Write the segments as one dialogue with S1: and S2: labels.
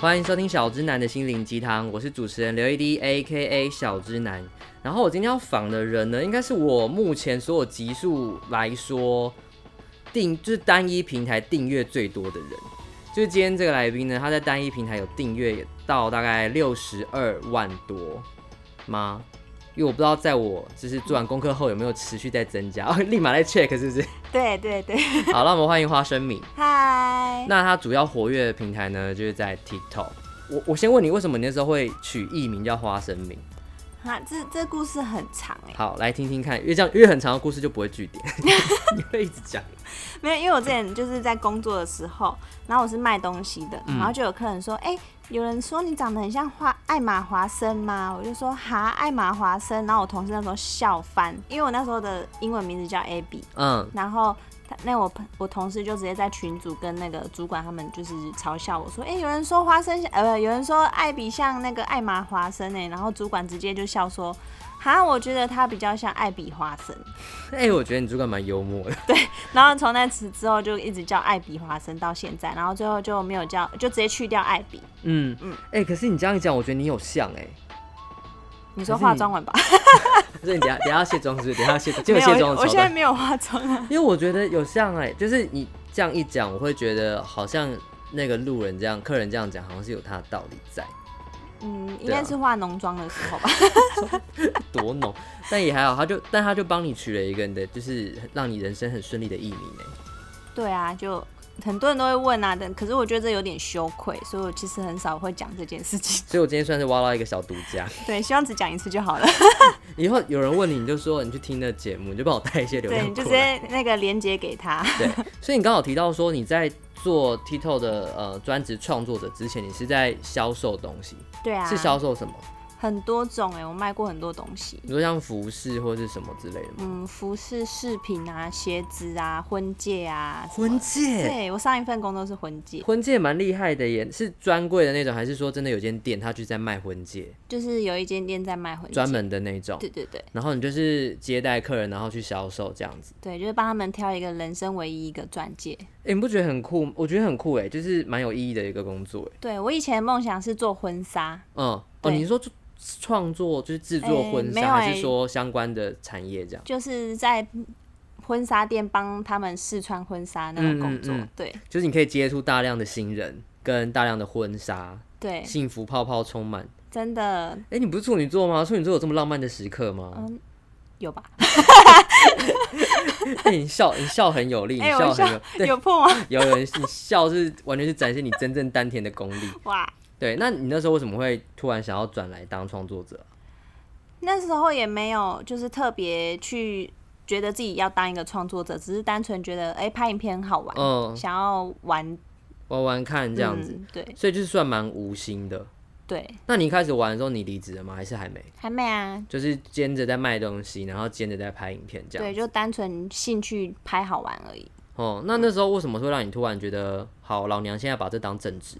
S1: 欢迎收听小之男的心灵鸡汤，我是主持人刘一滴 A K A 小之男。然后我今天要访的人呢，应该是我目前所有集数来说订就是单一平台订阅最多的人。就是今天这个来宾呢，他在单一平台有订阅到大概六十二万多吗？因为我不知道在我就是做完功课后有没有持续在增加， 哦立马在 check 是不是？
S2: 对对对，
S1: 好，那我们欢迎花生米。
S2: 嗨，
S1: 那它主要活跃的平台呢，就是在 TikTok。我我先问你，为什么你那时候会取艺名叫花生米？
S2: 哈，这这故事很长哎、
S1: 好，来听听看，因为这样因为很长的故事就不会据 点，你会一直讲。
S2: 没有，因为我之前就是在工作的时候，然后我是卖东西的，然后就有客人说，哎、有人说你长得很像花艾玛华生吗？我就说哈，艾玛华生，然后我同事那时候笑翻，因为我那时候的英文名字叫 Abby，
S1: 嗯，
S2: 然后他那我朋我同事就直接在群组跟那个主管他们就是嘲笑我说，哎、有人说花生像呃，有人说艾比像那个艾玛华生哎、然后主管直接就笑说，哈，我觉得他比较像艾比华生，
S1: 哎、我觉得你主管蛮幽默的。
S2: 然后从那次之后就一直叫艾比华生到现在，然后最后就没有叫，就直接去掉艾比。
S1: 嗯嗯
S2: 嗯，
S1: 哎、可是你这样一讲，我觉得你有像哎、
S2: 你说
S1: 可是你
S2: 化妆完吧？
S1: 所以 你等下等下要卸妆是不是？等下要卸妆，就
S2: 没
S1: 卸
S2: 有，
S1: 妆的
S2: 我
S1: 桥
S2: 现在
S1: 段。
S2: 没有化妆啊。
S1: 因为我觉得有像哎、就是你这样一讲，我会觉得好像那个路人这样，客人这样讲，好像是有他的道理在。
S2: 嗯，应该是
S1: 啊
S2: 化浓妆的时候吧。
S1: 多浓，但也还好，他就但他就帮你取了一个你的，就是让你人生很顺利的艺名哎。
S2: 对啊，就很多人都会问啊，但可是我觉得这有点羞愧，所以我其实很少会讲这件事情。
S1: 所以我今天算是挖到一个小独家。
S2: 对，希望只讲一次就好了。
S1: 以后有人问你，你就说你去听那节目，你就帮我带一些流
S2: 对，你
S1: 量
S2: 就
S1: 过
S2: 直
S1: 来。
S2: 接那个连接给他。
S1: 对，所以你刚好提到说你在做 Tito 的呃专职创作者之前，你是在销售东西，
S2: 对啊，
S1: 是销售什么？
S2: 很多种哎、我卖过很多东西。
S1: 你说像服饰或是什么之类的吗？
S2: 嗯，服饰、饰品啊，鞋子啊，婚戒啊，什么
S1: 婚戒，
S2: 对我上一份工作是婚戒，
S1: 婚戒蛮厉害的耶，是专柜的那种，还是说真的有间店他就在卖婚戒，
S2: 就是有一间店在卖婚戒，
S1: 专。门的那种？
S2: 对对对
S1: 然后你就是接待客人，然后去销售这样子。
S2: 对，就是帮他们挑一个人生唯一一个钻戒。
S1: 哎、你不觉得很酷？我觉得很酷哎，就是蛮有意义的一个工作哎。
S2: 对我以前的梦想是做婚纱，
S1: 嗯，哦，
S2: 对
S1: 你说做创作就是制作
S2: 诶
S1: 婚
S2: 没
S1: 纱，
S2: 有
S1: 还是
S2: 诶
S1: 说相关的产业这样？
S2: 就是在婚纱店帮他们试穿婚纱那种工作。
S1: 嗯嗯嗯
S2: 对
S1: 就是你可以接触大量的新人，跟大量的婚纱，
S2: 对，
S1: 幸福泡泡充满。
S2: 真的
S1: 哎、你不是处女座吗？处女座有这么浪漫的时刻吗？
S2: 嗯有吧？
S1: 哎、你笑，你笑很 有力，你
S2: 哎、我笑
S1: 很有，对，
S2: 有破吗？
S1: 有有人，你笑是完全是展现你真正丹田的功力。
S2: 哇！
S1: 对，那你那时候为什么会突然想要转来当创作者？
S2: 那时候也没有，就是特别去觉得自己要当一个创作者，只是单纯觉得哎、拍影片很好玩，
S1: 嗯，
S2: 想要玩
S1: 玩玩看这样子，
S2: 嗯对
S1: 所以就是算蛮无心的。
S2: 对，
S1: 那你一开始玩的时候，你离职了吗？还是还没？
S2: 还没啊。
S1: 就是兼着在卖东西，然后兼着在拍影片这
S2: 对，
S1: 样。
S2: 就单纯兴趣拍好玩而已。
S1: 哦，那那时候为什么会让你突然觉得，好，老娘现在把这当正职？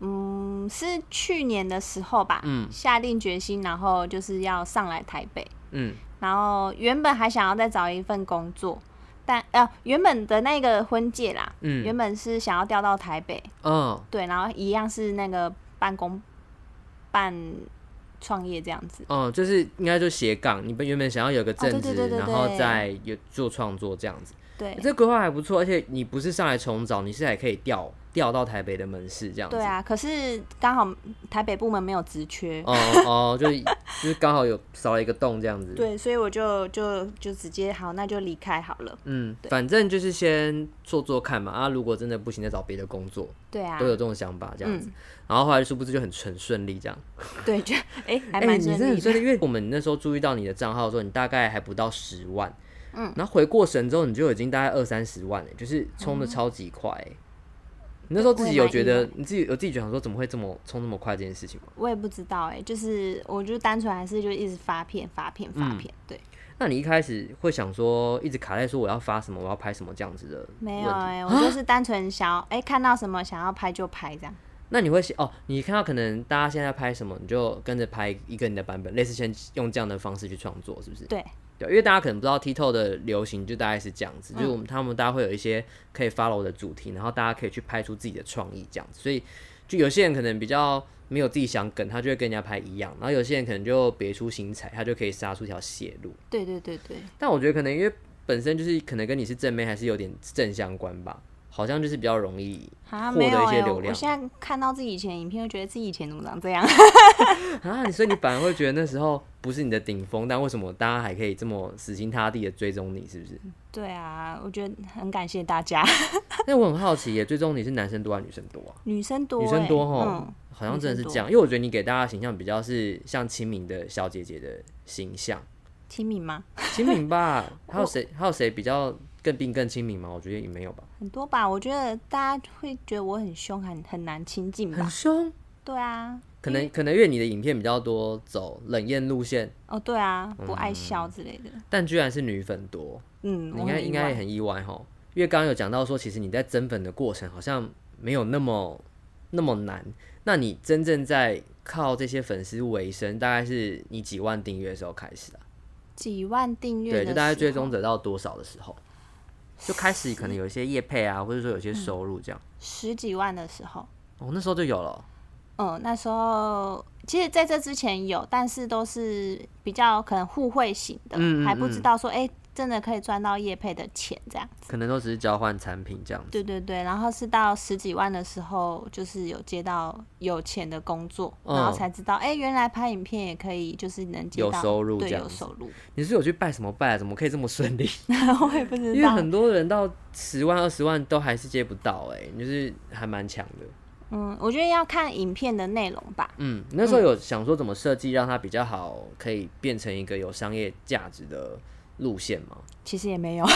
S2: 嗯，是去年的时候吧，
S1: 嗯
S2: 下定决心，然后就是要上来台北，
S1: 嗯，
S2: 然后原本还想要再找一份工作，但呃，原本的那个婚戒啦，
S1: 嗯
S2: 原本是想要调到台北，
S1: 哦，
S2: 对，然后一样是那个办公办创业这样子，
S1: 哦，就是应该就斜杠，你们原本想要有个正职，
S2: 哦对对对对
S1: 然后再有做创作这样子。
S2: 对
S1: 这规划还不错，而且你不是上来重找，你是还可以调调到台北的门市这样子。
S2: 对啊，可是刚好台北部门没有职缺，
S1: 哦哦，就是 就是刚好有少了一个洞这样子。
S2: 对，所以我就就就直接好，那就离开好了，
S1: 嗯，反正就是先做做看嘛，啊，如果真的不行再找别的工作，
S2: 对啊
S1: 都，有这种想法这样子。
S2: 嗯
S1: 然后后来殊不知就很很顺利这样。
S2: 对，就哎、还
S1: 哎、
S2: 蛮
S1: 你
S2: 顺
S1: 真的很
S2: 利的，
S1: 顺利，因为我们那时候注意到你的账号的时候，你大概还不到十万，
S2: 嗯，
S1: 然后回过神之后，你就已经大概二三十万了，就是冲的超级快、欸你那时候自己有觉
S2: 嗯我也
S1: 得
S2: 蛮意
S1: 你自己有自己觉得想说怎么会这么冲那么快这件事情吗？
S2: 我也不知道哎、就是我就单纯还是就一直发片发片
S1: 嗯
S2: 发片，对，
S1: 那你一开始会想说一直卡在说我要发什么，我要拍什么这样子的问
S2: 没有
S1: 题？
S2: 哎、我就是单纯想要哎、看到什么想要拍就拍这样，
S1: 那你会写哦，你看到可能大家现在拍什么，你就跟着拍一个你的版本，类似先用这样的方式去创作，是不是？
S2: 对
S1: 对，因为大家可能不知道 TikTok 的流行就大概是这样子，就是我们他们大家会有一些可以 follow 的主题，然后大家可以去拍出自己的创意这样子，所以就有些人可能比较没有自己想梗，他就会跟人家拍一样，然后有些人可能就别出心裁，他就可以杀出一条血路。
S2: 对对对对，
S1: 但我觉得可能因为本身就是可能跟你是正妹还是有点正相关吧，好像就是比较容易
S2: 啊，
S1: 获得
S2: 没有
S1: 一些
S2: 哎、
S1: 流
S2: 我
S1: 量
S2: 我现在看到自己以前的影片，就觉得自己以前怎么长这样。
S1: 啊，所以你反而会觉得那时候不是你的顶峰，但为什么大家还可以这么死心塌地的追踪你，是不是？
S2: 对啊，我觉得很感谢大家，
S1: 那我很好奇耶，追踪你是男生多还是女生多啊？
S2: 女生多、欸，
S1: 女生多哈、
S2: 嗯，
S1: 好像真的是这样，因为我觉得你给大家的形象比较是像亲民的小姐姐的形象，
S2: 亲民吗？
S1: 亲民吧？ 还有谁？还有谁比较更并更亲民吗？我觉得也没有吧，
S2: 很多吧，我觉得大家会觉得我很凶，很很难亲近吧
S1: 很？凶。
S2: 对啊，
S1: 可能可能因为你的影片比较多走冷艳路线，
S2: 哦对啊，不爱笑之类的。
S1: 但居然是女粉多，
S2: 嗯，
S1: 你嗯
S2: 我
S1: 应该
S2: 很
S1: 应
S2: 意
S1: 该也
S2: 外。
S1: 很意外哈。因为刚刚有讲到说，其实你在增粉的过程好像没有那么那么难。那你真正在靠这些粉丝为生，大概是你几万订阅的时候开始啊？
S2: 几万订阅
S1: 对，
S2: 的时候，
S1: 就大概追踪者到多少的时候，就开始可能有一些业配啊，或者说有些收入这样。
S2: 十几万的时候，
S1: 哦，那时候就有了。
S2: 嗯，那时候其实在这之前有，但是都是比较可能互惠型的，
S1: 嗯嗯
S2: 还不知
S1: 嗯
S2: 道说哎、诶真的可以赚到业配的钱这样。
S1: 可能都只是交换产品这样子
S2: 对对对，然后是到十几万的时候，就是有接到有钱的工作，
S1: 嗯
S2: 然后才知道，哎、原来拍影片也可以，就是能接
S1: 有
S2: 到
S1: 收入
S2: 对，
S1: 这样
S2: 有
S1: 子
S2: 收入。
S1: 你是有去拜什么拜、啊？怎么可以这么顺利？
S2: 我也不
S1: 因
S2: 知
S1: 为
S2: 道，
S1: 很多人到十万、二十万都还是接不到、欸，哎，你就是还蛮强的。
S2: 嗯，我觉得要看影片的内容吧。
S1: 嗯，那时候有想说怎么设计让它比较好，可以变成一个有商业价值的路线 吗？
S2: 其实也没有，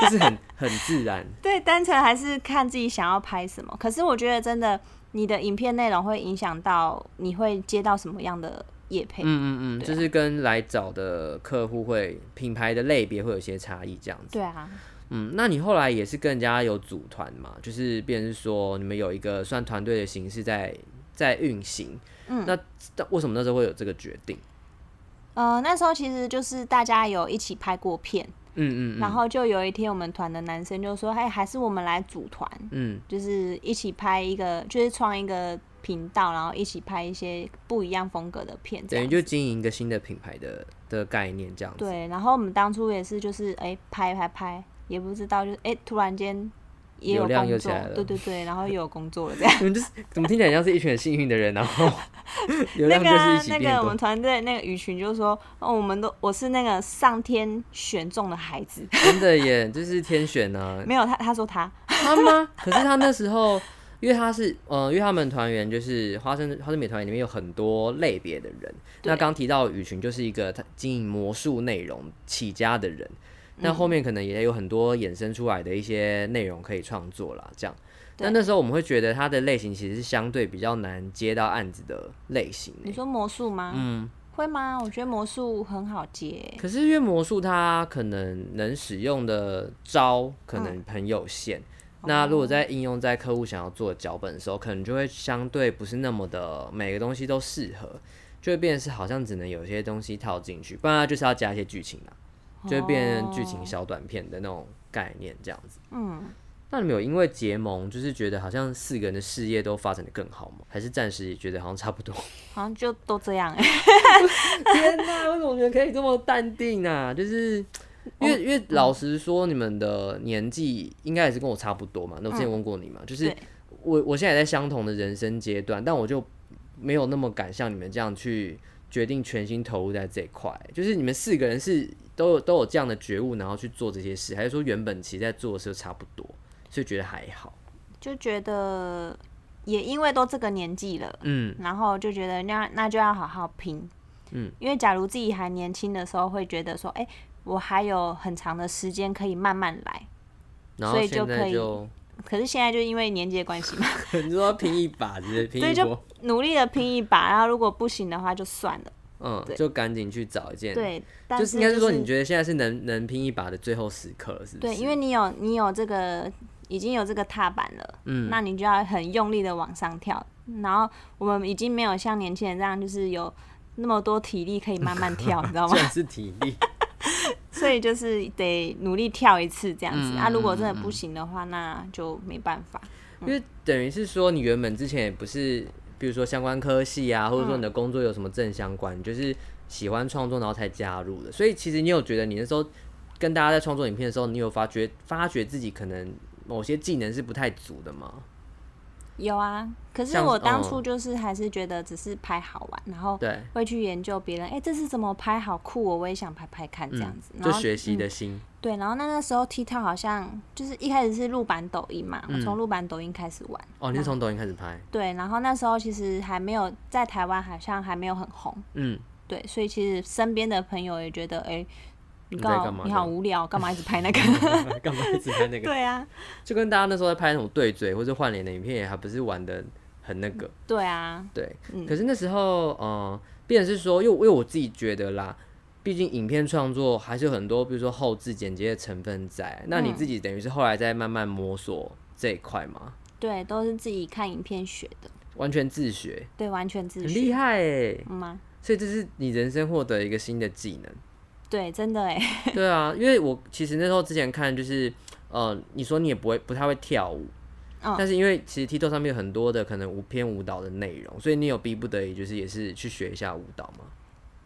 S1: 就是很很自然，
S2: 对，单纯还是看自己想要拍什么。可是我觉得真的，你的影片内容会影响到你会接到什么样的业配。
S1: 嗯嗯嗯，
S2: 对啊
S1: 就是跟来找的客户会品牌的类别会有些差异这样子。
S2: 对啊，
S1: 嗯，那你后来也是跟人家有组团嘛，就是变成是说你们有一个算团队的形式在在运行。
S2: 嗯
S1: 那那为什么那时候会有这个决定？
S2: 呃，那时候其实就是大家有一起拍过片，
S1: 嗯嗯嗯
S2: 然后就有一天我们团的男生就说：“哎，还是我们来组团，
S1: 嗯，
S2: 就是一起拍一个，就是创一个频道，然后一起拍一些不一样风格的片，这
S1: 等于
S2: 样。
S1: 就经营一个新的品牌的的概念这样子。
S2: 对，然后我们当初也是，就是哎、拍拍拍，也不知道，就是哎、突然间也有
S1: 流量
S2: 工
S1: 又起
S2: 作
S1: 来了，
S2: 对 对对，然后也有工作了这样。
S1: 你们就是怎么听起来像是一群很幸运的人，然后 流
S2: 那
S1: 量
S2: 个
S1: 就是一
S2: 啊
S1: 起
S2: 那
S1: 变
S2: 个我
S1: 多
S2: 们。团队那个雨群就说，哦，我们都我是那个上天选中的孩子，
S1: 真的耶，就是天选啊！
S2: 没有他他说他
S1: 他吗？可是他那时候，因为他是，呃，因为他们团员就是花生花生米团员里面有很多类别的人。
S2: 对
S1: 那刚提到雨群就是一个他经营魔术内容起家的人，
S2: 嗯
S1: 那后面可能也有很多衍生出来的一些内容可以创作啦，这样。
S2: 对
S1: 但那时候我们会觉得他的类型其实是相对比较难接到案子的类型耶。
S2: 你说魔术吗？
S1: 嗯，
S2: 会吗？我觉得魔术很好接。
S1: 可是因为魔术它可能能使用的招可能很有限，哦那如果在应用在客户想要做的脚本的时候，可能就会相对不是那么的每个东西都适合，就会变成是好像只能有些东西套进去，不然它就是要加一些剧情啦，
S2: 哦
S1: 就会变成剧情小短片的那种概念这样子。
S2: 嗯，
S1: 那你们有因为结盟，就是觉得好像四个人的事业都发展的更好吗？还是暂时也觉得好像差不多？
S2: 好像就都这样哎、
S1: 天哪，为什么你们可以这么淡定啊？就是因
S2: 哦
S1: 为因为老实说，你们的年纪应该也是跟我差不多嘛。那我之前问过你嘛，就是
S2: 对
S1: 我我现在也在相同的人生阶段，但我就没有那么敢像你们这样去决定全心投入在这一块。就是你们四个人是都有都有这样的觉悟，然后去做这些事，还是说原本其实在做的时候差不多，所以觉得还好？
S2: 就觉得也因为都这个年纪了，
S1: 嗯，
S2: 然后就觉得那那就要好好拼。
S1: 嗯，
S2: 因为假如自己还年轻的时候，会觉得说，哎、我还有很长的时间可以慢慢来。
S1: 然
S2: 所
S1: 后
S2: 以就
S1: 现
S2: 可
S1: 在
S2: 以
S1: 就
S2: 可是现在就因为年纪的关系嘛，
S1: 你说要拼一把，直接拼
S2: 所以
S1: 一
S2: 就
S1: 波，
S2: 努力的拼一把，然后如果不行的话就算了。
S1: 嗯，
S2: 对
S1: 就赶紧去找一件
S2: 对，但
S1: 就是应该是说，
S2: 就
S1: 你觉得现在是能能拼一把的最后时刻了，是不是？
S2: 对，因为你有你有这个已经有这个踏板了，
S1: 嗯
S2: 那你就要很用力的往上跳。然后我们已经没有像年轻人这样，就是有那么多体力可以慢慢 跳，你知道吗
S1: 虽？然是体 力，
S2: 所以就是得努力跳一次这样子。
S1: 嗯
S2: 啊，如果
S1: 嗯
S2: 真的不行的话，那就没办法。
S1: 因为等于是说你原本之前也不是，比如说相关科系啊，或者说
S2: 嗯
S1: 你的工作有什么正相关，你就是喜欢创作然后才加入的，所以其实你有觉得你那时候跟大家在创作影片的时候，你有发觉发觉自己可能某些技能是不太足的吗？
S2: 有啊，可是
S1: 像
S2: 我
S1: 是
S2: 当
S1: 嗯
S2: 初就是还是觉得只是拍好玩，然后
S1: 对，
S2: 会去研究别人，哎、这是怎么拍，好酷哦，我也想拍拍看这样子。
S1: 就
S2: 然后嗯
S1: 学习的心，
S2: 对，然后那个时候 TikTok 好像就是一开始是录版抖音嘛，
S1: 嗯
S2: 我从录版抖音开始玩。
S1: 哦，你是从抖音开始拍，
S2: 对，然后那时候其实还没有在台湾，好像还没有很红。
S1: 嗯，
S2: 对，所以其实身边的朋友也觉得，哎、你
S1: 你在
S2: 干
S1: 干嘛
S2: 你
S1: 这
S2: 好
S1: 样
S2: 无聊，干嘛一直拍 那个？
S1: 干嘛一直拍那个？
S2: 对啊，
S1: 就跟大家那时候在拍那种对嘴或者换脸的影片，也还不是玩的很那个。
S2: 对啊，
S1: 对，可是那时候，嗯，变成是说，因为因为我自己觉得啦，毕竟影片创作还是有很多，比如说后置剪接的成分在。
S2: 嗯
S1: 那你自己等于是后来在慢慢摸索这一块嘛，
S2: 对，都是自己看影片学的，
S1: 完全自学，
S2: 对，完全自
S1: 很
S2: 学
S1: 厉害哎、
S2: 嗯啊
S1: 所以这是你人生获得一个新的技能。
S2: 对，真的哎，
S1: 对啊，因为我其实那时候之前看就是，呃，你说你也不会不太会跳舞，
S2: 嗯
S1: 但是因为其实 TikTok 上面有很多的可能舞偏舞蹈的内容，所以你有逼不得已就是也是去学一下舞蹈嘛。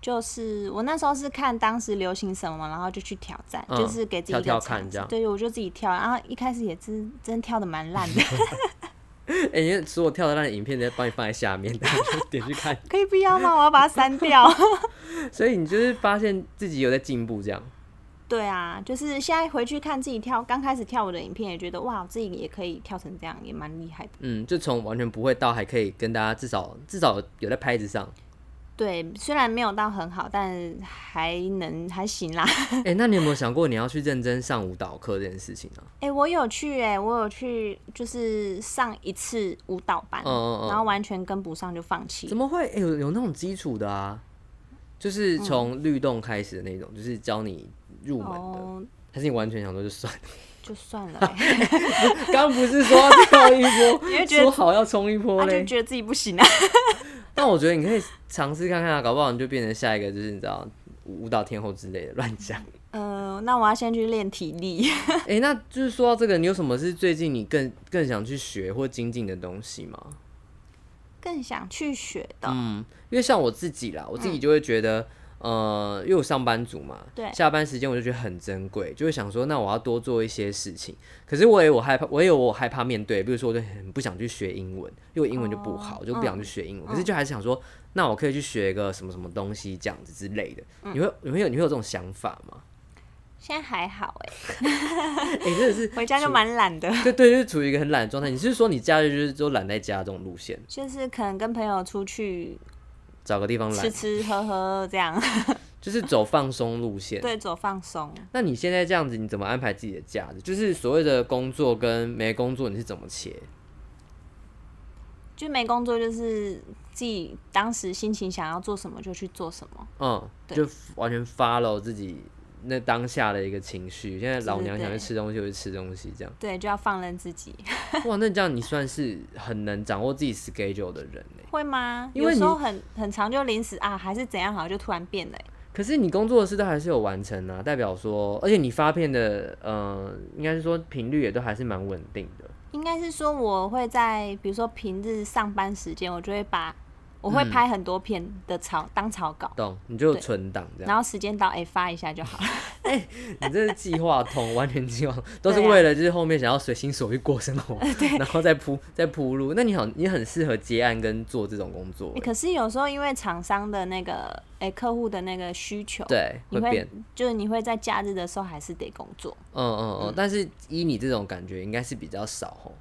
S2: 就是我那时候是看当时流行什么，然后就去挑战，
S1: 嗯
S2: 就是给自己一个
S1: 跳跳
S2: 尝
S1: 看
S2: 试
S1: 这样
S2: 对，我就自己跳，然后一开始也真真跳的蛮烂的，
S1: 哎、因为所有跳的烂的影片直接帮你放在下面，大家就点去看。
S2: 可以不要吗？我要把它删 掉。
S1: 所以你就是发现自己有在进步，这样
S2: 对啊，就是现在回去看自己跳，刚开始跳舞的影片，也觉得哇，我自己也可以跳成这样，也蛮厉害的。
S1: 嗯，就从完全不会到还可以跟大家至少至少有在拍子上。
S2: 对，虽然没有到很好，但还能还行啦。
S1: 哎、那你有没有想过你要去认真上舞蹈课这件事情啊？
S2: 哎、我有去哎、我有去，就是上一次舞蹈班，
S1: 嗯嗯嗯
S2: 然后完全跟不上就放弃
S1: 怎。么会？欸有有那种基础的啊，就是从律动开始的那种，就是教你入门的。
S2: 哦，
S1: 还是你完全想说就算了？
S2: 就算 了、欸，
S1: 刚不是说要跳一 波，
S2: 因为觉得
S1: 说好要冲一波
S2: 他就
S1: 嘞？
S2: 觉得自己不行啊。
S1: 但我觉得你可以尝试看看啊，搞不好你就变成下一个就是你知道舞蹈天后之类的乱 讲。
S2: 呃，那我要先去练体力。
S1: 哎、那就是说到这个，你有什么是最近你更更想去学或精进的东西吗？
S2: 更想去学的，
S1: 嗯，因为像我自己啦，我自己就会觉得，呃，因为我上班族嘛，
S2: 嗯对
S1: 下班时间我就觉得很珍贵，就会想说，那我要多做一些事情。可是我也我害怕，我也有我害怕面对，比如说我就很不想去学英文，因为我英文就不好，
S2: 哦嗯
S1: 我就不想去学英文。可是就还是想说，那我可以去学一个什么什么东西这样子之类的。
S2: 嗯
S1: 你会你会有你会有这种想法吗？
S2: 现在还好哎、
S1: 哎、真的是
S2: 回家就
S1: 处
S2: 蛮懒的。
S1: 对对，就是处于一个很懒的状态。你是说你假日就是都懒在家这种路线，
S2: 就是可能跟朋友出去
S1: 找个地方
S2: 吃
S1: 懒，
S2: 吃喝喝这样，
S1: 就是走放松路线？
S2: 对，走放松。
S1: 那你现在这样子，你怎么安排自己的假日？就是所谓的工作跟没工作，你是怎么切？
S2: 就没工作，就是自己当时心情想要做什么就去做什么。
S1: 嗯，
S2: 对
S1: 就完全 follow 自己那当下的一个情绪。现在老娘
S2: 对对。
S1: 想去吃东西，我就吃东西，这样
S2: 对，就要放任自己，
S1: 哇，那这样你算是很能掌握自己 schedule 的人欸呢。
S2: 会吗？
S1: 因为
S2: 有
S1: 你
S2: 时候很很长就临时啊，还是怎样好，就突然变了欸、
S1: 可是你工作的事都还是有完成啊，代表说，而且你发片的，呃，应该是说频率也都还是蛮稳定的。
S2: 应该是说我会在比如说平日上班时间，我就会把我会拍很多片的草、当草稿，
S1: 懂？你就有
S2: 嗯对
S1: 存档这
S2: 然
S1: 样，
S2: 后时间到哎、发一下就好了。
S1: 你这是计划通，完全计划通都是
S2: 对啊
S1: 为了就是后面想要随心所欲过生 活，然后再铺再铺路。那你好，你很适合接案跟做这种工作
S2: 欸
S1: 欸，
S2: 可是有时候因为厂商的那个哎、客户的那个需求，
S1: 对，
S2: 你
S1: 会
S2: 会
S1: 变，
S2: 就是你会在假日的时候还是得工作。
S1: 嗯嗯嗯。但是依你这种感觉，应该是比较少吼，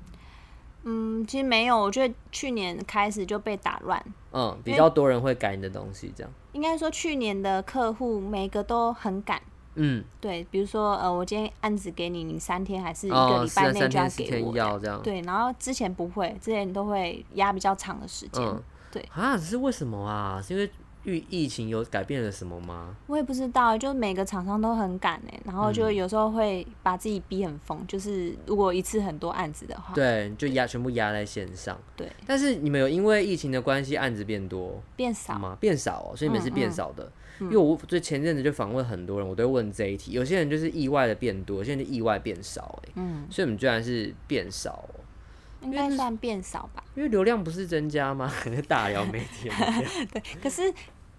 S2: 嗯，其实没有，我觉得去年开始就被打乱。
S1: 嗯，比较多人会改你的东西这样，
S2: 应该说去年的客户每个都很赶，
S1: 嗯，
S2: 对，比如说呃，我今天案子给你，你三天还是一个
S1: 哦，
S2: 礼
S1: 是
S2: 拜
S1: 啊，
S2: 内
S1: 三
S2: 就要
S1: 天四
S2: 给
S1: 天
S2: 我，
S1: 要这样，
S2: 对，然后之前不会，之前都会压比较长的时间，
S1: 嗯
S2: 对
S1: 啊，是为什么啊？是因为疫疫情有改变了什么吗？
S2: 我也不知道，就每个厂商都很赶哎、然后
S1: 嗯
S2: 就有时候会把自己逼很疯，就是如果一次很多案子的话，
S1: 对，就压全部压在线上。
S2: 对，
S1: 但是你们有因为疫情的关系，案子变多
S2: 变少，
S1: 吗？变少、哦，所以你们是
S2: 嗯
S1: 变少的。因为我就前阵子就访问很多人，我都会问这一题，有些人就是意外的变多，有些人就意外变少、欸，
S2: 嗯，
S1: 所以我们居然是变少哦、
S2: 应该算变少吧。
S1: 因为流量不是增加吗？ 可能大聊媒体的流量，
S2: 对，可是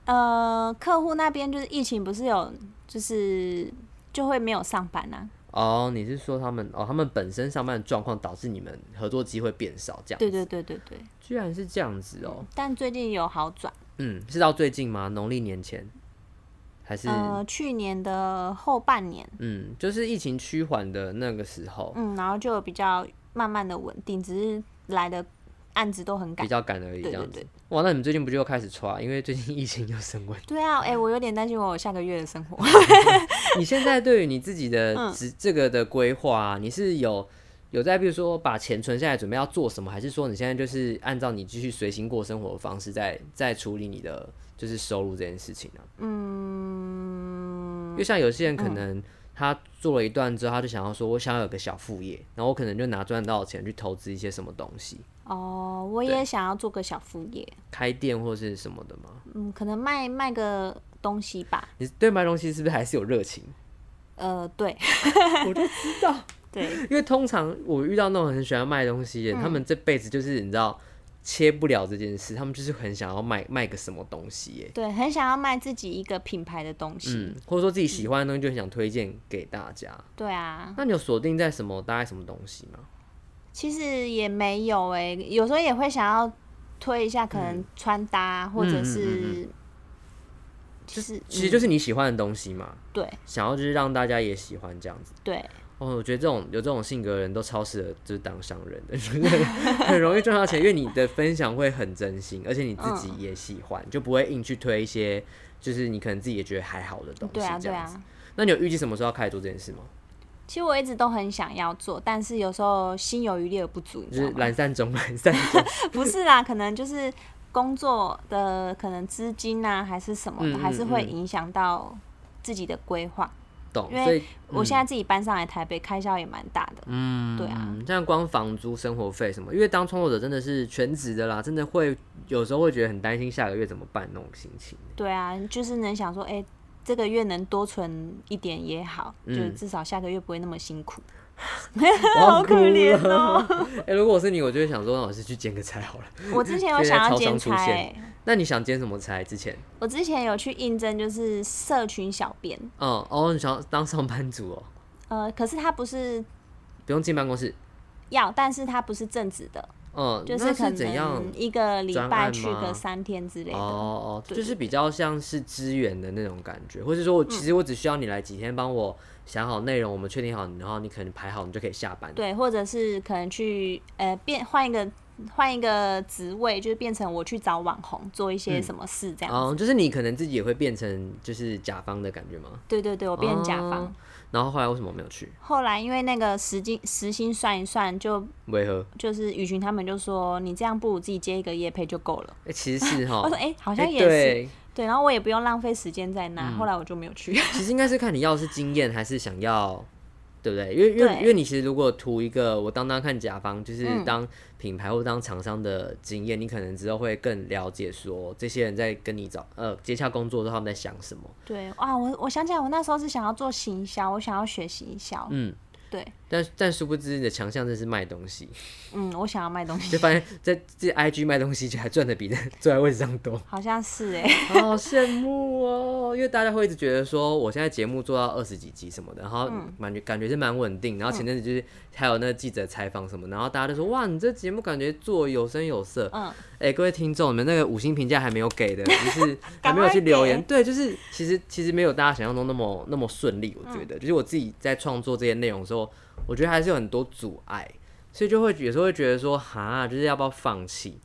S2: 呃，客户那边就是疫情不是有，就是就会没有上班啊。
S1: 哦，你是说他们哦，他们本身上班的状况导致你们合作机会变少，这样
S2: 对对对对对，
S1: 居然是这样子哦。
S2: 但最近有好转。
S1: 嗯，是到最近吗？农历年前还是、
S2: 呃，去年的后半年，
S1: 嗯，就是疫情趋缓的那个时候，
S2: 嗯，然后就比较慢慢的稳定，只是来的案子都很赶
S1: 比。较赶而已，这
S2: 对
S1: 样
S2: 对
S1: 子。
S2: 对，
S1: 哇，那你们最近不就又开始刷？因为最近疫情又升温。
S2: 对啊，哎、我有点担心我下个月的生活。
S1: 你现在对于你自己的职、这个的规划啊、你是有有在，比如说把钱存下来，准备要做什么，还是说你现在就是按照你继续随心过生活的方式在，在处理你的就是收入这件事情呢、嗯，因为像有些人可能他做了一段之后，他就想要说，我想要有个小副业，然后我可能就拿赚到的钱去投资一些什么东西，
S2: 哦，我也想要做个小副业，
S1: 开店或是什么的嘛。
S2: 嗯，可能卖卖个东西吧。
S1: 你对卖东西是不是还是有热情？
S2: 呃，对
S1: 我就知道。
S2: 对，
S1: 因为通常我遇到那种很喜欢卖东西的
S2: 嗯
S1: 人，他们这辈子就是你知道切不了这件事，他们就是很想要卖卖个什么东西耶，
S2: 对，很想要卖自己一个品牌的东西。
S1: 嗯，或者说自己喜欢的东西就很想推荐给大家。
S2: 对啊，
S1: 那你有锁定在什么大概什么东西吗？
S2: 其实也没有哎、有时候也会想要推一下，可
S1: 嗯
S2: 能穿搭、或者是，嗯其实
S1: 其实就是你喜欢的东西嘛，
S2: 嗯对
S1: 想要就是让大家也喜欢这样子。
S2: 对，
S1: 哦，我觉得这种有这种性格的人都超适合就是当商人的，就是很容易赚到钱，因为你的分享会很真心，而且你自
S2: 嗯
S1: 己也喜欢，就不会硬去推一些就是你可能自己也觉得还好的东西
S2: 对啊
S1: 这
S2: 对
S1: 样子。
S2: 啊。
S1: 那你有预计什么时候要开始做这件事吗？
S2: 其实我一直都很想要做，但是有时候心有余力而不足，你
S1: 就
S2: 知
S1: 是
S2: 道吗？
S1: 懒散中， 懒散中。
S2: 不是啦，可能就是工作的可能资金啊，还是什么的，
S1: 嗯嗯
S2: 还是会
S1: 嗯
S2: 影响到自己的规划。
S1: 懂，
S2: 因为
S1: 所以
S2: 我现在自己搬上来台北，开销也蛮大的。
S1: 嗯，
S2: 对啊
S1: 嗯，像光房租、生活费什么，因为当创作者真的是全职的啦，真的会有时候会觉得很担心下个月怎么办那种心情。
S2: 对啊，就是能想说，哎、这个月能多存一点也好，
S1: 嗯
S2: 就是至少下个月不会那么辛苦。
S1: 我要
S2: 好
S1: 哭
S2: 可怜
S1: 了
S2: 哦！
S1: 哎、如果我是你，我就会想说，那我是去兼个差好了。
S2: 我之前有
S1: 现在
S2: 想要
S1: 超
S2: 兼
S1: 常出
S2: 差、
S1: 现
S2: 欸，
S1: 那你想兼什么差？之前，
S2: 我之前有去应征，就是社群小编，
S1: 嗯，哦，你想要当上班族哦，
S2: 呃，可是他不是
S1: 不用进办公室，
S2: 要，但是他不是正职的，
S1: 嗯，
S2: 就
S1: 那
S2: 可
S1: 是怎样？
S2: 能一个礼
S1: 专
S2: 拜
S1: 案
S2: 去
S1: 吗
S2: 个三天之类的。
S1: 哦哦，
S2: 对嗯
S1: 就是比较像是支援的那种感觉，或是说我其实我只需要你来几天帮我想好内容，我们确定好，然后你可能排好，你就可以下班。
S2: 对，或者是可能去呃变换一个换一个职位，就是变成我去找网红做一些什么事这样。
S1: 嗯，就是你可能自己也会变成就是甲方的感觉吗？
S2: 对对对，我变成甲方。
S1: 哦然后后来为什么没有去？
S2: 后来因为那个时薪时薪算一算，就
S1: 为何？
S2: 就是雨群他们就说你这样不如自己接一个业配就够了。
S1: 哎、其实 是哈，
S2: 我说哎、好
S1: 好
S2: 像也是、
S1: 对，嗯
S2: 对，然后我也不用浪费时间在那，后来我就没有去。
S1: 其实应该是看你要是经验还是想要，对不对？因为因为
S2: 对
S1: 因为你其实如果图一个我当当看甲方，就是当品牌或当厂商的经验，你可能之后会更了解说这些人在跟你找呃接洽工作的时候他们在想什么。
S2: 对啊，我我想起来，我那时候是想要做行销，我想要学行销。
S1: 嗯，
S2: 对，
S1: 但但殊不知你的强项真是卖东西，
S2: 嗯，我想要卖东西，
S1: 就发现在这 IG 卖东西就还赚的比在 坐在位置上多，
S2: 好像是哎、
S1: 好羡慕哦！因为大家会一直觉得说我现在节目做到二十几集什么的，然后
S2: 嗯
S1: 感觉感觉是蛮稳定，然后前阵子就是还有那个记者采访什么，然后大家就说哇，你这节目感觉做有声有色。
S2: 嗯，
S1: 哎、各位听众，你们那个五星评价还没有给的， 就是还
S2: 赶
S1: 没有
S2: 快
S1: 去留言
S2: 给。
S1: 对，就是其实其实没有大家想象中那么那么顺利，我
S2: 嗯
S1: 觉得，就是我自己在创作这些内容的时候，我觉得还是有很多阻碍，所以就会有时候会觉得说，哈，就是要不要放弃？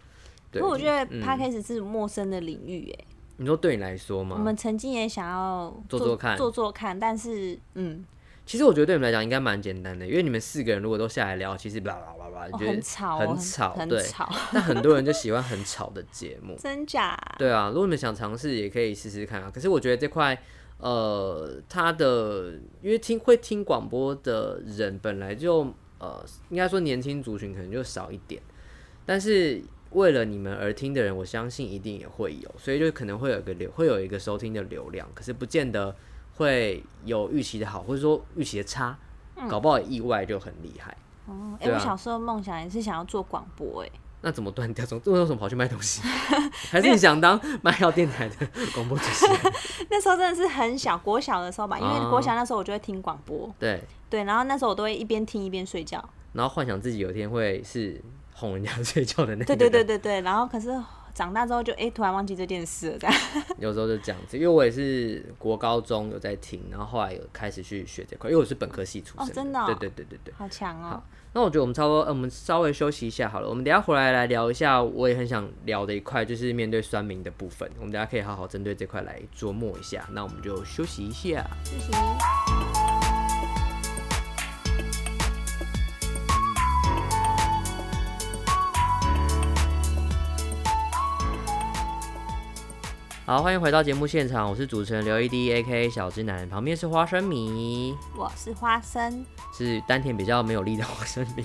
S1: 对，
S2: 不 过我觉得
S1: 嗯
S2: podcast 是陌生的领域哎、
S1: 你说对你来说吗？
S2: 我们曾经也想要
S1: 哦做做看
S2: 做做看，但是嗯，
S1: 其实我觉得对你们来讲应该蛮简单的，因为你们四个人如果都下来聊，其实叭叭叭叭，
S2: 哦
S1: 啊你觉得
S2: 很吵哦，
S1: 很吵，
S2: 很
S1: 对。
S2: 吵，
S1: 但很多人就喜欢很吵的节目，
S2: 真假？
S1: 对啊。如果你们想尝试，也可以试试看啊。可是我觉得这块，呃，它的因为听会听广播的人本来就呃，应该说年轻族群可能就少一点，但是为了你们而听的人，我相信一定也会有，所以就可能会有一个流，会有一个收听的流量，可是不见得会有预期的好，或者说预期的差，搞不好意外就很厉害。
S2: 嗯，哎、
S1: 对啊
S2: 我小时候梦想也是想要做广播、哎，
S1: 那怎么断掉？从为什么跑去卖东西？还是你想当卖药电台的广播主持人？
S2: 那时候真的是很小，国小的时候吧，因
S1: 啊
S2: 为国小那时候我就会听广播，
S1: 对，
S2: 对，然后那时候我都会一边听一边睡觉，
S1: 然后幻想自己有一天会是哄人家睡觉的那个
S2: 对
S1: 人。
S2: 对对对对，然后可是长大之后就哎、突然忘记这件事了，这样，
S1: 有时候就这样子，因为我也是国高中有在听，然后后来有开始去学这块，因为我是本科系出身
S2: 哦真的哦
S1: 对对对对对。
S2: 好强哦、
S1: 好那我觉得我们差不多，呃我们稍微休息一下好了。我们等一下回来来聊一下，我也很想聊的一块，就是面对酸民的部分。我们等一下可以好好针对这块来琢磨一下。那我们就休息一下。
S2: 谢谢。
S1: 好，欢迎回到节目现场，我是主持人刘一滴 A K 小直男，旁边是花生米，
S2: 我是花生，
S1: 是丹田比较没有力的花生米。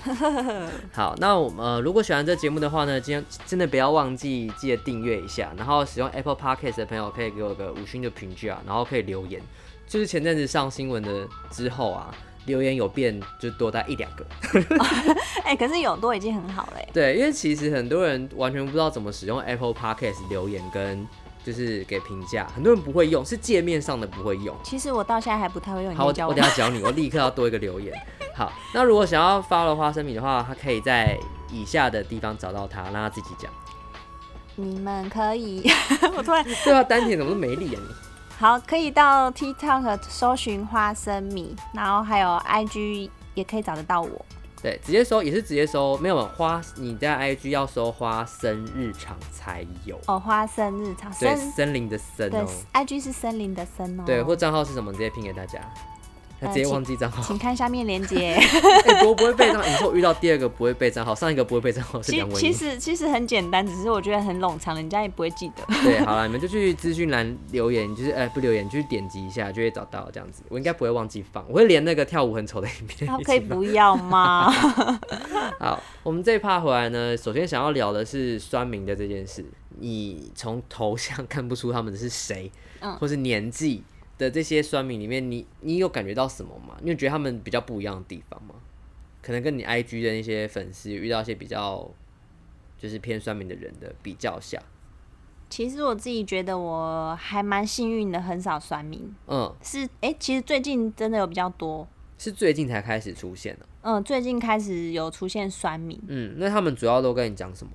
S1: 好，那我们、呃、如果喜欢这节目的话呢，今天真的不要忘记记得订阅一下，然后使用 Apple Podcast 的朋友可以给我个五星的评价，然后可以留言。就是前阵子上新闻的之后啊，留言有变，就多带一两个。
S2: 哎、可是有多已经很好了、哎
S1: 对，因为其实很多人完全不知道怎么使用 Apple Podcast 留言跟就是给评价，很多人不会用，是界面上的不会用。
S2: 其实我到现在还不太会用，你
S1: 好，
S2: 可以
S1: 我
S2: 教
S1: 我
S2: 我
S1: 等
S2: 吗。
S1: 下教你，我立刻要多一个留言。好，那如果想要发了花生米的话，他可以在以下的地方找到他，让他自己讲。
S2: 你们可以， 我突然
S1: 对啊，丹田怎么都没力啊你？
S2: 好，可以到 TikTok 搜寻花生米，然后还有 IG 也可以找得到我。
S1: 对，直接搜也是直接搜，没有花，你在 IG 要搜花生日常才有。
S2: 哦，花生日常
S1: 对，
S2: 森
S1: 森林的森
S2: 对
S1: 哦、
S2: ，IG 是森林的森哦。呃
S1: 对，或账号是什么，直接拼给大家。他直接忘记账号
S2: 请，看下面链 接。
S1: 哎、多不会背账号。你说我遇到第二个不会背账号，上一个不会背账号是
S2: 其
S1: 梁文
S2: 其
S1: 音。
S2: 实其实很简单，只是我觉得很冗长，人家也不会记 得。
S1: 对，好了，你们就去资讯栏留言，就是呃不留言，就是点击一下就会找到这样子。我应该不会忘记放，我会连那个跳舞很丑的影片
S2: 他
S1: 一
S2: 哦可以
S1: 起放。
S2: 不要 吗？
S1: 好，我们这一趴回来呢，首先想要聊的是酸民的这件事。你从头像看不出他们是谁，
S2: 嗯
S1: 或是年纪的这些酸民里面，你你有感觉到什么吗？你有觉得他们比较不一样的地方吗？可能跟你 IG 的那些粉丝遇到一些比较就是偏酸民的人的比较下，
S2: 其实我自己觉得我还蛮幸运的，很少酸民。
S1: 嗯，
S2: 是哎、其实最近真的有比较多，
S1: 是最近才开始出现的。
S2: 嗯，最近开始有出现酸民，
S1: 嗯，那他们主要都跟你讲什么？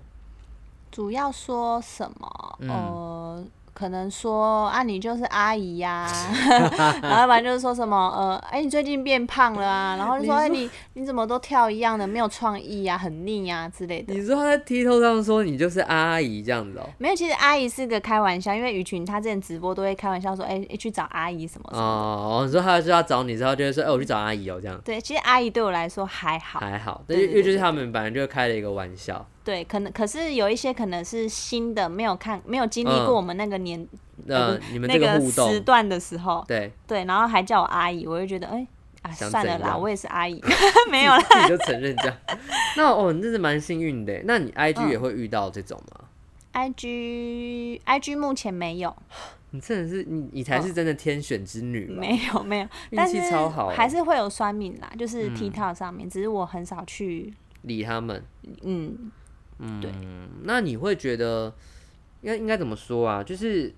S2: 主要说什么？呃，可能说啊，你就是阿姨呀、 然后要不然就是说什么呃，哎、你最近变胖了啊，然后就说哎、你你怎么都跳一样的，没有创意呀、很腻呀、之类的。
S1: 你说他在 T 头上说你就是阿姨这样子哦、
S2: 没有，其实阿姨是个开玩笑，因为雨群她之前直播都会开玩笑说，哎、哎去找阿姨什么什么。
S1: 哦，你说他就要找你之后，就会说，哎、我去找阿姨哦、这样
S2: 对，其实阿姨对我来说还好，
S1: 还好。但是
S2: 对对
S1: 因为就
S2: 对
S1: 是他们本来就开了一个玩笑，
S2: 对，可能可是有一些可能是新的，没有看，没有经历过
S1: 嗯
S2: 我们那个年、
S1: 哎那、
S2: 不
S1: 呃你们
S2: 那
S1: 这
S2: 个
S1: 互
S2: 时
S1: 动，
S2: 段的时候，
S1: 对，
S2: 对，然后还叫我阿姨，我就觉得，哎、啊，
S1: 想
S2: 算了
S1: 怎
S2: 啦，
S1: 样
S2: 我也是 阿姨，没有啦。
S1: 自己就承认这样。 那哦，你真是蛮幸运的。欸那你 IG
S2: 嗯
S1: 也会遇到这种吗？
S2: I G I G 目前没有，
S1: 你真的是你，你才是真的天选之女吧？
S2: 没有没有，
S1: 运
S2: 但
S1: 气
S2: 是
S1: 超好欸嗯
S2: 还是会有酸敏啦，就是 TikTok 上面，只是我很少去，
S1: 理他们。
S2: 嗯，
S1: 那你会觉得，应该应该怎么说啊？就是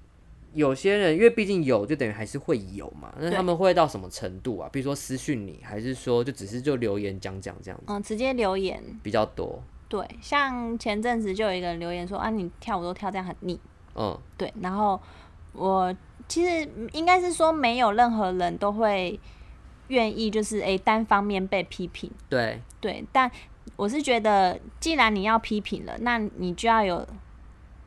S1: 有些人，因为毕竟有，就等于还是会有嘛。那
S2: 对
S1: 他们会到什么程度啊？比如说私讯你，还是说就只是就留言讲讲这样子
S2: 嗯，直接留言，
S1: 比较多？
S2: 对，像前阵子就有一个人留言说，啊，你跳舞都跳这样很腻，
S1: 嗯，
S2: 对，然后我其实应该是说，没有任何人都会愿意就是诶、单方面被批评，
S1: 对，
S2: 对，但我是觉得，既然你要批评了，那你就要有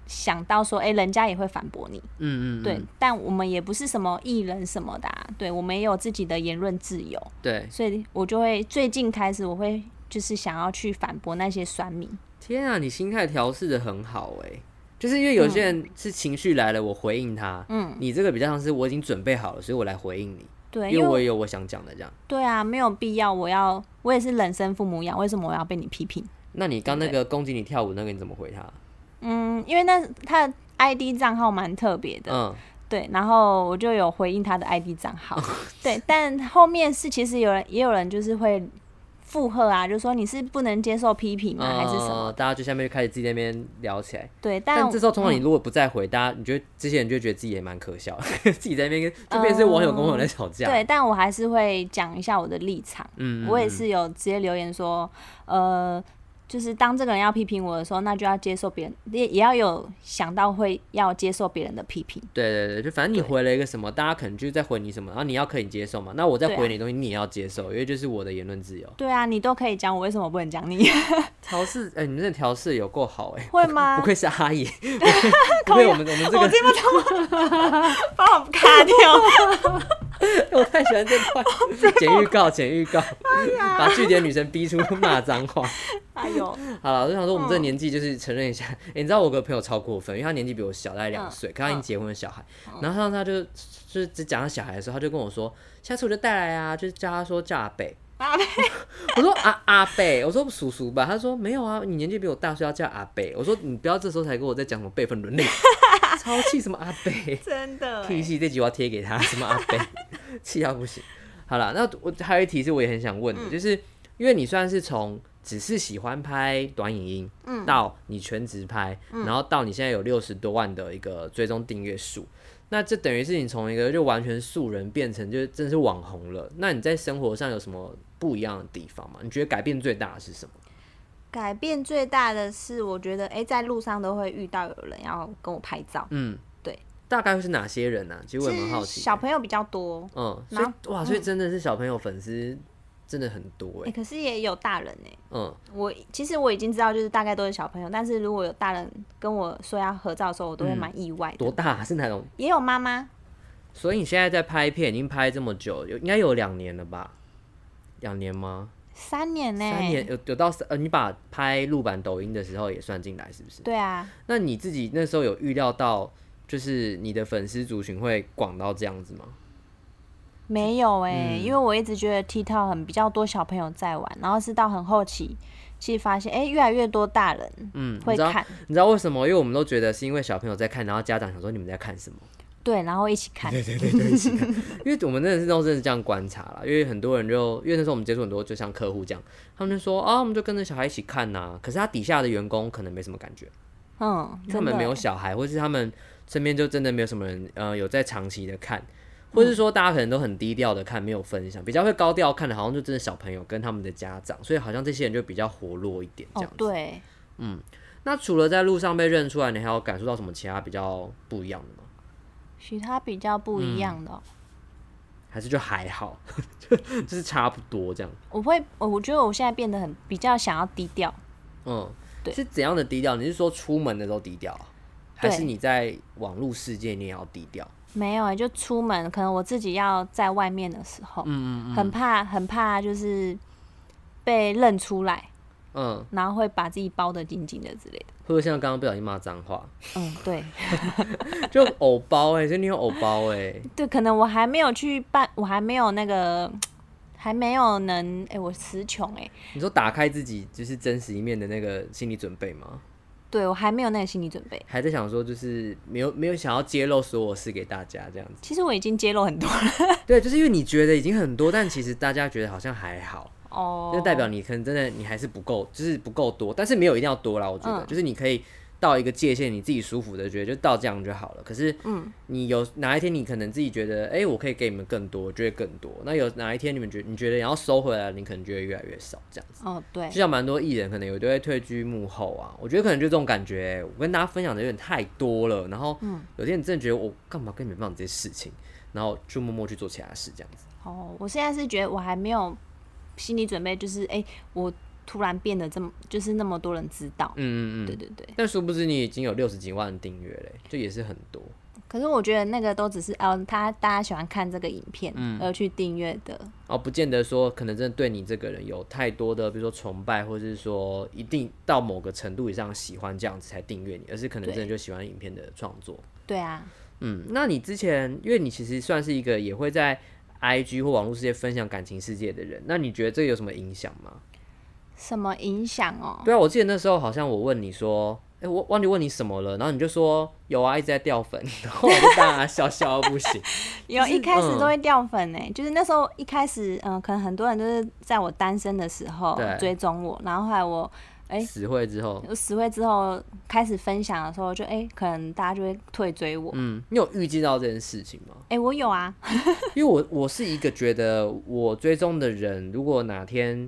S2: 想到说，诶、人家也会反驳你，
S1: 嗯嗯，嗯
S2: 对，但我们也不是什么艺人什么的、啊，对我们也有自己的言论自由，
S1: 对。
S2: 所以我就会最近开始，我会就是想要去反驳那些酸民，
S1: 天啊，你心态调试的很好哎、就是因为有些人是情绪来了，我回应他。
S2: 嗯，
S1: 你这个比较像是我已经准备好了，所以我来回应你，
S2: 对，
S1: 因
S2: 因
S1: 为
S2: 为
S1: 我也有我想讲的这样。
S2: 对啊，没有必要，我要我也是人生父母养，为什么我要被你批评？
S1: 那你刚那个攻击你跳舞那个，你怎么回他？
S2: 嗯，因为那他的 ID 账号蛮特别的，
S1: 嗯，
S2: 对，然后我就 有回应他的 ID 账号，对，但后面是其实有人也有人就是会附和啊，就说你是不能接受批评吗？啊还是什么？
S1: 呃大家就下面就开始自己在那边聊起来。
S2: 对，但嗯
S1: 但这时候通常你如果不再回，大家你觉得这些人就会觉得自己也蛮可笑， 自己在那边跟就变成是网友跟网友在吵架。
S2: 嗯对，但我还是会讲一下我的立场。
S1: 嗯，嗯，
S2: 我也
S1: 嗯
S2: 是有直接留言说，呃，就是当这个人要批评我的时候，那就要接受别人，也也要有想到会要接受别人的批评。
S1: 对对对，就反正你回了一个什么，大家可能就是在回你什么，然后你要可以接受嘛，那我再
S2: 对啊
S1: 回你的东西，你也要接受，因为就是我的言论自由。
S2: 对啊，你都可以讲，我为什么不能讲你？
S1: 调试，哎、你们这调试有够好哎、
S2: 会吗？
S1: 不愧是阿 姨，不愧我们我们这
S2: 啊我
S1: 个，
S2: 听不懂，帮我卡掉。
S1: 我太喜欢这 块，剪预告，剪预告，把据点女神逼出骂脏话。
S2: 哎呦，
S1: 好了，我就想说我们这个
S2: 嗯
S1: 年纪就是承认一下， 欸你知道我有个朋友超过分，因为他年纪比我小，大概两岁，可他已经结婚的小孩。然后上次他就就是只讲他小孩的时候，他就跟我说，下次我就带来啊，就是叫他说叫阿北。
S2: 阿贝，
S1: 我说阿 阿北，我说叔叔吧，他说没有啊，你年纪比我大，所以要叫阿北。我说你不要这时候才跟我在讲什么辈分伦理，超气什么阿北。
S2: 真的
S1: 屁
S2: 欸，
S1: 戏这句我要贴给他，什么阿贝， 气到不行。好了，那我还有一题是我也很想问的，就是因为你算是从只是喜欢拍短影音，
S2: 嗯
S1: 到你全职拍，然后到你现在有六十多万的一个追踪订阅数，那这等于是你从一个就完全素人变成就是真的是网红了。那你在生活上有什么不一样的地方吗？你觉得改变最大的是什么？
S2: 改变最大的是，我觉得哎、在路上都会遇到有人要跟我拍照，
S1: 嗯，
S2: 对，
S1: 大概会是哪些人呢、啊？其实我也蛮好
S2: 是
S1: 奇的。
S2: 小朋友比较多，
S1: 嗯，所
S2: 然
S1: 以哇，所以真的是小朋友粉丝真的很多哎、
S2: 哎、可是也有大人哎、
S1: 嗯，
S2: 我其实我已经知道，就是大概都是小朋友，但是如果有大人跟我说要合照的时候，我
S1: 嗯
S2: 都会蛮意外的。
S1: 多大、是哪种？
S2: 也有妈妈，
S1: 所以你现在在拍片，已经拍这么久，有应该有两年了吧？两年吗？
S2: 三年欸呢、
S1: 三年有有到三呃，你把拍录版抖音的时候也算进来是不是？
S2: 对啊，
S1: 那你自己那时候有预料到，就是你的粉丝族群会广到这样子吗？
S2: 没有哎、
S1: 嗯
S2: 因为我一直觉得 TikTok 很比较多小朋友在玩，然后是到很后期，其实发现哎、越来越多大人
S1: 嗯，你
S2: 会
S1: 知道
S2: 看，
S1: 你知道为什么？因为我们都觉得是因为小朋友在看，然后家长想说你们在看什么。
S2: 对，然后一起看，
S1: 对对对，一起看因为我们真的是都真的这样观察啦，因为很多人就因为那时候我们接触很多，就像客户这样，他们就说啊，我们就跟着小孩一起看呐、可是他底下的员工可能没什么感觉，
S2: 嗯，
S1: 他
S2: 真
S1: 们
S2: 的
S1: 没有小孩，或是他们身边就真的没有什么人呃有在长期的看，或是说大家可能都很低调的看，没有分享，比较会高调看的，好像就真的小朋友跟他们的家长，所以好像这些人就比较活络一点这
S2: 哦
S1: 样，子。
S2: 对，
S1: 那除了在路上被认出来，你还有感受到什么其他比较不一样的吗？
S2: 其他比较不一样的哦、
S1: 嗯还是就还好， 就就是差不多这样。
S2: 我会，我我觉得我现在变得很比较想要低调，
S1: 嗯，
S2: 对
S1: 是怎样的低调？你是说出门的时候低调啊，还
S2: 对
S1: 是你在网络世界你也要低调？
S2: 没有哎、就出门，可能我自己要在外面的时候，嗯嗯很怕很怕就是被认出来，
S1: 嗯，
S2: 然后会把自己包得紧紧的之类的。
S1: 会不会像刚刚不小心骂脏话，
S2: 嗯，对
S1: 就偶包哎、欸，所以你有偶包哎、欸，
S2: 对，可能我还没有去办，我还没有那个，还没有能哎、我词穷哎，
S1: 你说打开自己就是真实一面的那个心理准备吗？
S2: 对我还没有那个心理准备。
S1: 还在想说就是没有没有想要揭露所有事给大家这样子？
S2: 其实我已经揭露很多了
S1: 对，就是因为你觉得已经很多，但其实大家觉得好像还好。
S2: 哦，
S1: 就代表你可能真的你还是不够，就是不够多，但是没有一定要多啦。我觉得、就是你可以到一个界限，你自己舒服的觉得就到这样就好了。可是，嗯，你有哪一天你可能自己觉得，哎、我可以给你们更多，就会更多。那有哪一天你们觉你觉得你要收回来，你可能就会越来越少这样子。
S2: 哦，对
S1: 就，像蛮多艺人可能有都会退居幕后啊，我觉得可能就这种感觉欸、我跟大家分享的有点太多了，然后有些人真的觉得我干嘛跟你们分享这些事情，然后就默默去做其他事这样子。
S2: 哦，我现在是觉得我还没有心理准备，就是哎、我突然变得这么，就是那么多人知道，
S1: 嗯嗯嗯，
S2: 对对对。
S1: 但殊不知你已经有六十几万订阅嘞，就也是很多。
S2: 可是我觉得那个都只是哦，他大家喜欢看这个影片，
S1: 嗯
S2: 而去订阅的。
S1: 哦，不见得说可能真的对你这个人有太多的，比如说崇拜，或者是说一定到某个程度以上喜欢这样子才订阅你，而是可能真的就喜欢影片的创作。
S2: 对啊，
S1: 嗯，那你之前，因为你其实算是一个也会在 IG 或网络世界分享感情世界的人，那你觉得这有什么影响吗？
S2: 什么影响哦？
S1: 对啊，我记得那时候好像我问你说，哎、哎、我忘记问你什么了，然后你就说有啊，一直在掉粉，然后我就大笑笑到不行。
S2: 有
S1: 就是
S2: 一开始
S1: 嗯
S2: 都会掉粉呢、就是那时候一开始，嗯、可能很多人都是在我单身的时候
S1: 对
S2: 追踪我，然后后来我哎
S1: 死会之后，
S2: 我死会之后开始分享的时候就，哎可能大家就会退追我。
S1: 嗯，你有预计到这件事情吗？
S2: 哎、我有啊，
S1: 因为我我是一个觉得我追踪的人，如果哪天，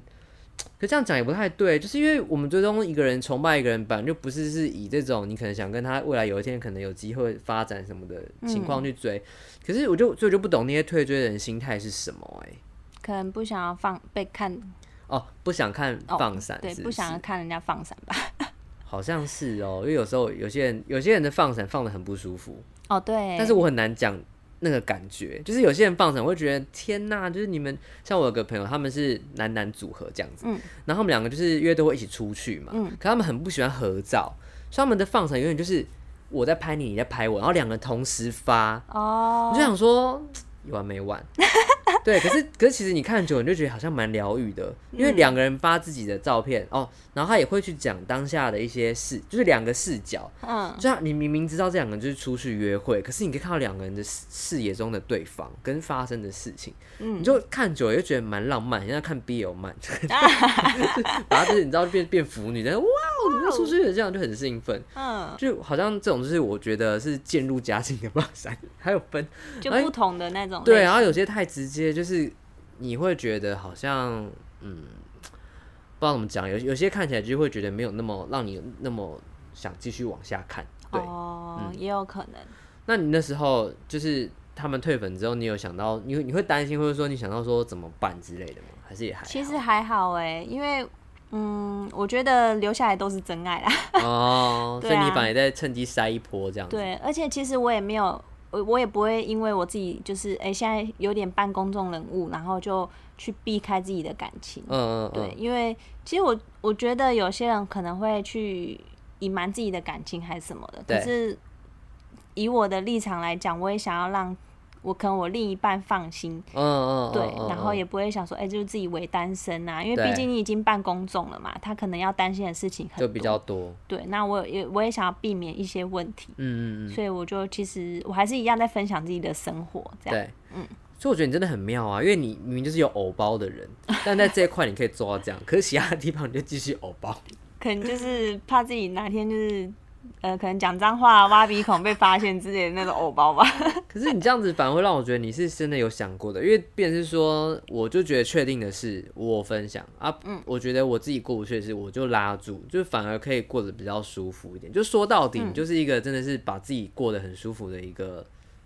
S1: 可这样讲也不太对，就是因为我们追踪一个人、崇拜一个人，本来就不是是以这种你可能想跟他未来有一天可能有机会发展什么的情况去
S2: 嗯
S1: 追。可是我就所以我就不懂那些退追的人心态是什么哎、
S2: 可能不想要放被看，
S1: 哦，不想看
S2: 哦
S1: 放闪、
S2: 对
S1: 是，
S2: 不想要
S1: 是
S2: 看人家放闪吧？
S1: 好像是哦，因为有时候有些人有些人的放闪放的很不舒服，
S2: 哦，对，
S1: 但是我很难讲那个感觉，就是有些人放闪，我会觉得天呐，就是你们像我有个朋友，他们是男男组合这样子，
S2: 嗯
S1: 然后他们两个就是约都会一起出去嘛，
S2: 嗯
S1: 可他们很不喜欢合照，所以他们的放闪永远就是我在拍你，你在拍我，然后两个人同时发，
S2: 哦
S1: 我就，想说有完没完。 对，可是可是其实你看久，你就觉得好像蛮疗愈的，因
S2: 嗯
S1: 为两个人发自己的照片、哦，然后他也会去讲当下的一些事，就是两个视角，
S2: 嗯，
S1: 就像你明明知道这两个人就是出去约会，可是你可以看到两个人的视视野中的对方跟发生的事情，
S2: 嗯
S1: 你就看久了就觉得蛮浪漫，像在看 BL 漫，然后就是你知道变变腐女，然后哇，我们出去了，这样就很兴奋，
S2: 嗯，
S1: 就好像这种就是我觉得是渐入佳境的放闪， 还有 分
S2: 就
S1: 哎
S2: 不同的那种类型。
S1: 对，啊然后有些太直接，就是你会觉得好像嗯，不知道怎么讲，有有些看起来就会觉得没有那么让你那么想继续往下看，对。嗯
S2: 哦，也有可能。
S1: 那你那时候就是他们退粉之后，你有想到你你会担心，或者说你想到说怎么办之类的吗？还是也还好
S2: 其 实还好哎、因为嗯，我觉得留下来都是真爱啦。
S1: 哦，所
S2: 对
S1: 以
S2: 啊
S1: 你反而在趁机塞一波这样子。
S2: 对，而且其实我也没有，我我也不会因为我自己就是哎、现在有点半公众人物，然后就去避开自己的感情。
S1: 嗯，嗯
S2: 对，
S1: 嗯
S2: 因为其实我我觉得有些人可能会去隐瞒自己的感情还是什么的，
S1: 对
S2: 可是以我的立场来讲，我也想要让我可能我另一半放心，
S1: 嗯嗯嗯，
S2: 对
S1: 嗯，
S2: 然后
S1: 嗯
S2: 也不会想说，哎、就是自己为单身啊，因为
S1: 对
S2: 毕竟你已经办公众了嘛，他可能要担心的事情很多。
S1: 就比较多，
S2: 对，那我也我也想要避免一些问题，
S1: 嗯嗯嗯，
S2: 所以我就其实我还是一样在分享自己的生活，这样。
S1: 对，嗯。所以我觉得你真的很妙啊，因为你明明就是有偶包的人，但在这一块你可以做到这样，可是其他地方你就继续偶包。
S2: 可能就是怕自己哪天就是呃，可能讲脏话、挖鼻孔被发现之类的那种偶包吧。
S1: 可是你这样子反而会让我觉得你是真的有想过的，因为便是说，我就觉得确定的是我分享啊，我觉得我自己过不去的事，我就拉住，就反而可以过得比较舒服一点。就说到底，你就是一个真的是把自己过得很舒服的一个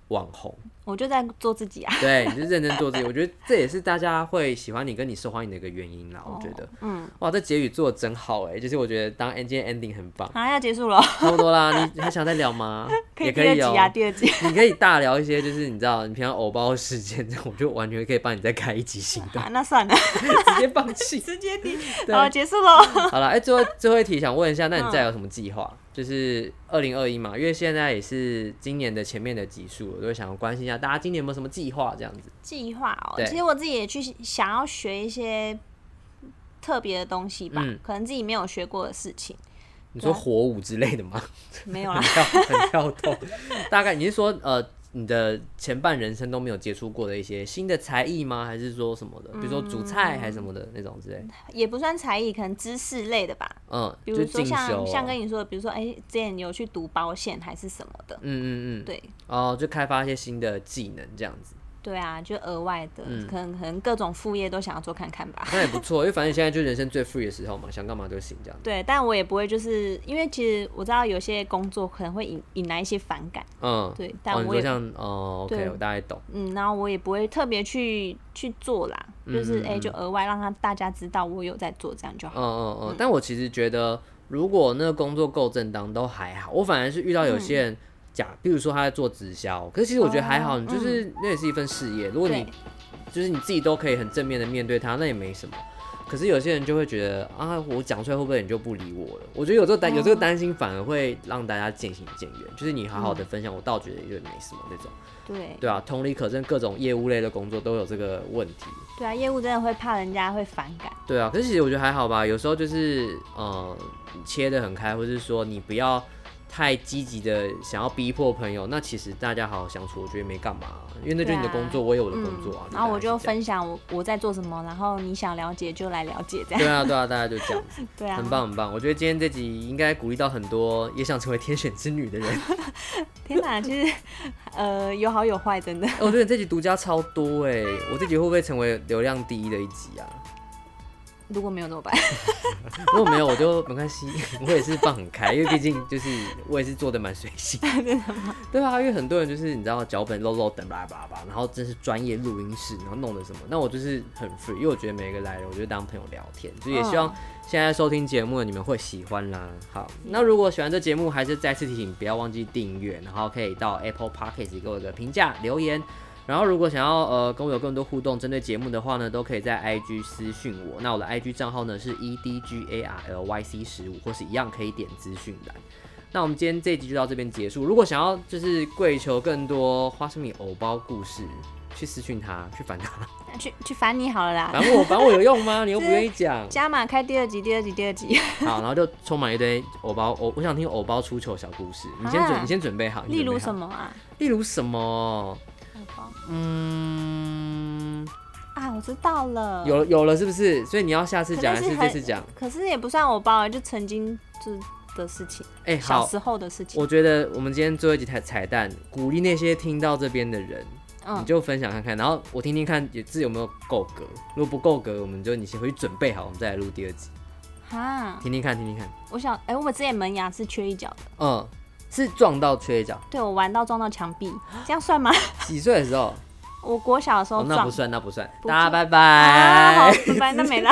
S1: 网红，
S2: 我就在做自己啊。
S1: 对，你就认真做自己。我觉得这也是大家会喜欢你跟你受欢迎的一个原因啦。我觉得，
S2: 嗯，
S1: 哇，这结语做的真好哎、就是我觉得当今天 ending 很棒，
S2: 好、啊要结束了，
S1: 差不多啦，你还想再聊吗？也
S2: 第
S1: 可
S2: 二
S1: 以
S2: 集
S1: 哦、
S2: 啊，第 二集。
S1: 你可以大聊一些，就是你知道你平常偶包的事件，这样我就完全可以帮你再开一集新的，
S2: 好啊，那算了，
S1: 直接放弃。
S2: 直接哦第
S1: 对
S2: 好结束喽。
S1: 好了，哎、最后最后一题想问一下，那
S2: 嗯
S1: 你再有什么计划？就是二零二一嘛，因为现在也是今年的前面的集数，我都想要关心一下大家今年有没有什么计划这样子。
S2: 计划哦
S1: 对，
S2: 其实我自己也去想要学一些特别的东西吧，
S1: 嗯
S2: 可能自己没有学过的事情，
S1: 你说火舞之类的吗？
S2: 没有
S1: 很
S2: 啦。
S1: 跳很跳动，大概你是说呃你的前半人生都没有接触过的一些新的才艺吗？还是说什么的？比如说煮菜还是什么的那种之类？
S2: 也不算才艺，可能知识类的吧。
S1: 嗯，
S2: 嗯比
S1: 就
S2: 如说
S1: 进修
S2: 像
S1: 哦。
S2: 像跟你说的，比如说哎、之前有去读保险还是什么的，
S1: 嗯嗯嗯，
S2: 对
S1: 哦，就开发一些新的技能这样子，
S2: 对啊，就额外的，
S1: 嗯
S2: 可能可能各种副业都想要做看看吧。
S1: 那也不错，因为反正现在就人生最 free 的时候嘛， 想干嘛都行这样子。
S2: 对，但我也不会，就是因为其实我知道有些工作可能会引引来一些反感，
S1: 嗯，
S2: 对但
S1: 哦、你
S2: 我
S1: 说
S2: 也
S1: 像哦，OK，
S2: 对
S1: 我大概懂。
S2: 嗯，然后我也不会特别去去做啦，
S1: 嗯
S2: 就是哎、就额外让他大家知道我有在做，这样就好。
S1: 嗯嗯嗯，但我其实觉得，如果那个工作够正当，都还好。我反而是遇到有些人假，比如说他在做直销，可是其实我觉得还好，
S2: 嗯哦
S1: 你就是那也是一份事业，如果你
S2: 对，
S1: 就是你自己都可以很正面的面对它，那也没什么。可是有些人就会觉得啊，我讲出来会不会你就不理我了？我觉得有这个担有这个担心，反而会让大家渐行渐远。就是你好好的分享，我倒觉得也没什么那种。
S2: 对
S1: 对啊，同理可证，各种业务类的工作都有这个问题。
S2: 对啊，业务真的会怕人家会反感。
S1: 对啊，可是其实我觉得还好吧，有时候就是呃切得很开，或是说你不要太积极的想要逼迫朋友，那其实大家好好相处，我觉得没干嘛，因为那就是你的工作，我也有我的工作啊。
S2: 嗯然后我就
S1: 大概是
S2: 分享我我在做什么，然后你想了解就来了解这
S1: 这
S2: 样。
S1: 样。对啊，对啊，大家就这样子，
S2: 对啊，
S1: 很。棒很棒。我觉得今天这集应该鼓励到很多也想成为天选之女的人。
S2: 天哪，其实呃有好有坏，真的。
S1: 哎我觉得你这集独家超多哎、我这集会不会成为流量第一的一集啊？
S2: 如果没有怎么办？
S1: 如果没有，我就没关系， 我也是放很开，因为毕竟就是我也是做的蛮随性。对啊，因为很多人就是你知道脚本漏漏等叭叭叭，然后真是专业录音室，然后弄的什么，那我就是很 free，因为我觉得每个来人，我就当朋友聊天，就也希望现在收听节目的你们会喜欢啦。好，那如果喜欢这节目，还是再次提醒不要忘记订阅，然后可以到 Apple Podcast 给我一个评价留言。然后，如果想要呃跟我有更多互动，针对节目的话呢，都可以在 IG 私讯我。那我的 IG 账号呢是 E D G A R L Y C 十五，或是一样可以点资讯栏。那我们今天这一集就到这边结束。如果想要就是跪求更多花生米偶包故事，去私讯他，去烦他，
S2: 去去烦你好了啦。
S1: 烦我，烦我有用吗？你又不愿意讲。
S2: 加码开第二集，第二集，第二集。
S1: 好，然后就充满一堆偶包，我我想听偶包出糗小故事。你先准，
S2: 啊
S1: 你先准备 好。你
S2: 例
S1: 准备
S2: 如
S1: 好
S2: 什？么啊？
S1: 例如什么？
S2: 好
S1: 嗯，
S2: 啊，我知道了。
S1: 有了有了，是不是？所以你要下次
S2: 可
S1: 讲
S2: 能
S1: 还
S2: 是
S1: 是
S2: 很，
S1: 这次讲？
S2: 可是也不算我包，就曾经就是的事情，
S1: 哎、
S2: 小
S1: 好，
S2: 时候的事情。
S1: 我觉得我们今天最后一集彩彩蛋，鼓励那些听到这边的人，你
S2: 嗯，
S1: 就分享看看，然后我听听看也字有没有够格，如果不够格，我们就你先回去准备好，我们再来录第二
S2: 嗯
S1: 集，
S2: 哈，
S1: 听听看，听听看。
S2: 我想，哎、我们之前门牙是缺一角的，
S1: 嗯，是撞到缺一角，
S2: 对我玩到撞到墙壁，这样算吗？
S1: 几岁的时候？
S2: 我国小的时候
S1: 哦，
S2: 撞，
S1: 那不算，那不算。
S2: 不
S1: 大家
S2: 算
S1: 拜
S2: 啊，好
S1: 拜。，
S2: 拜拜，那没了。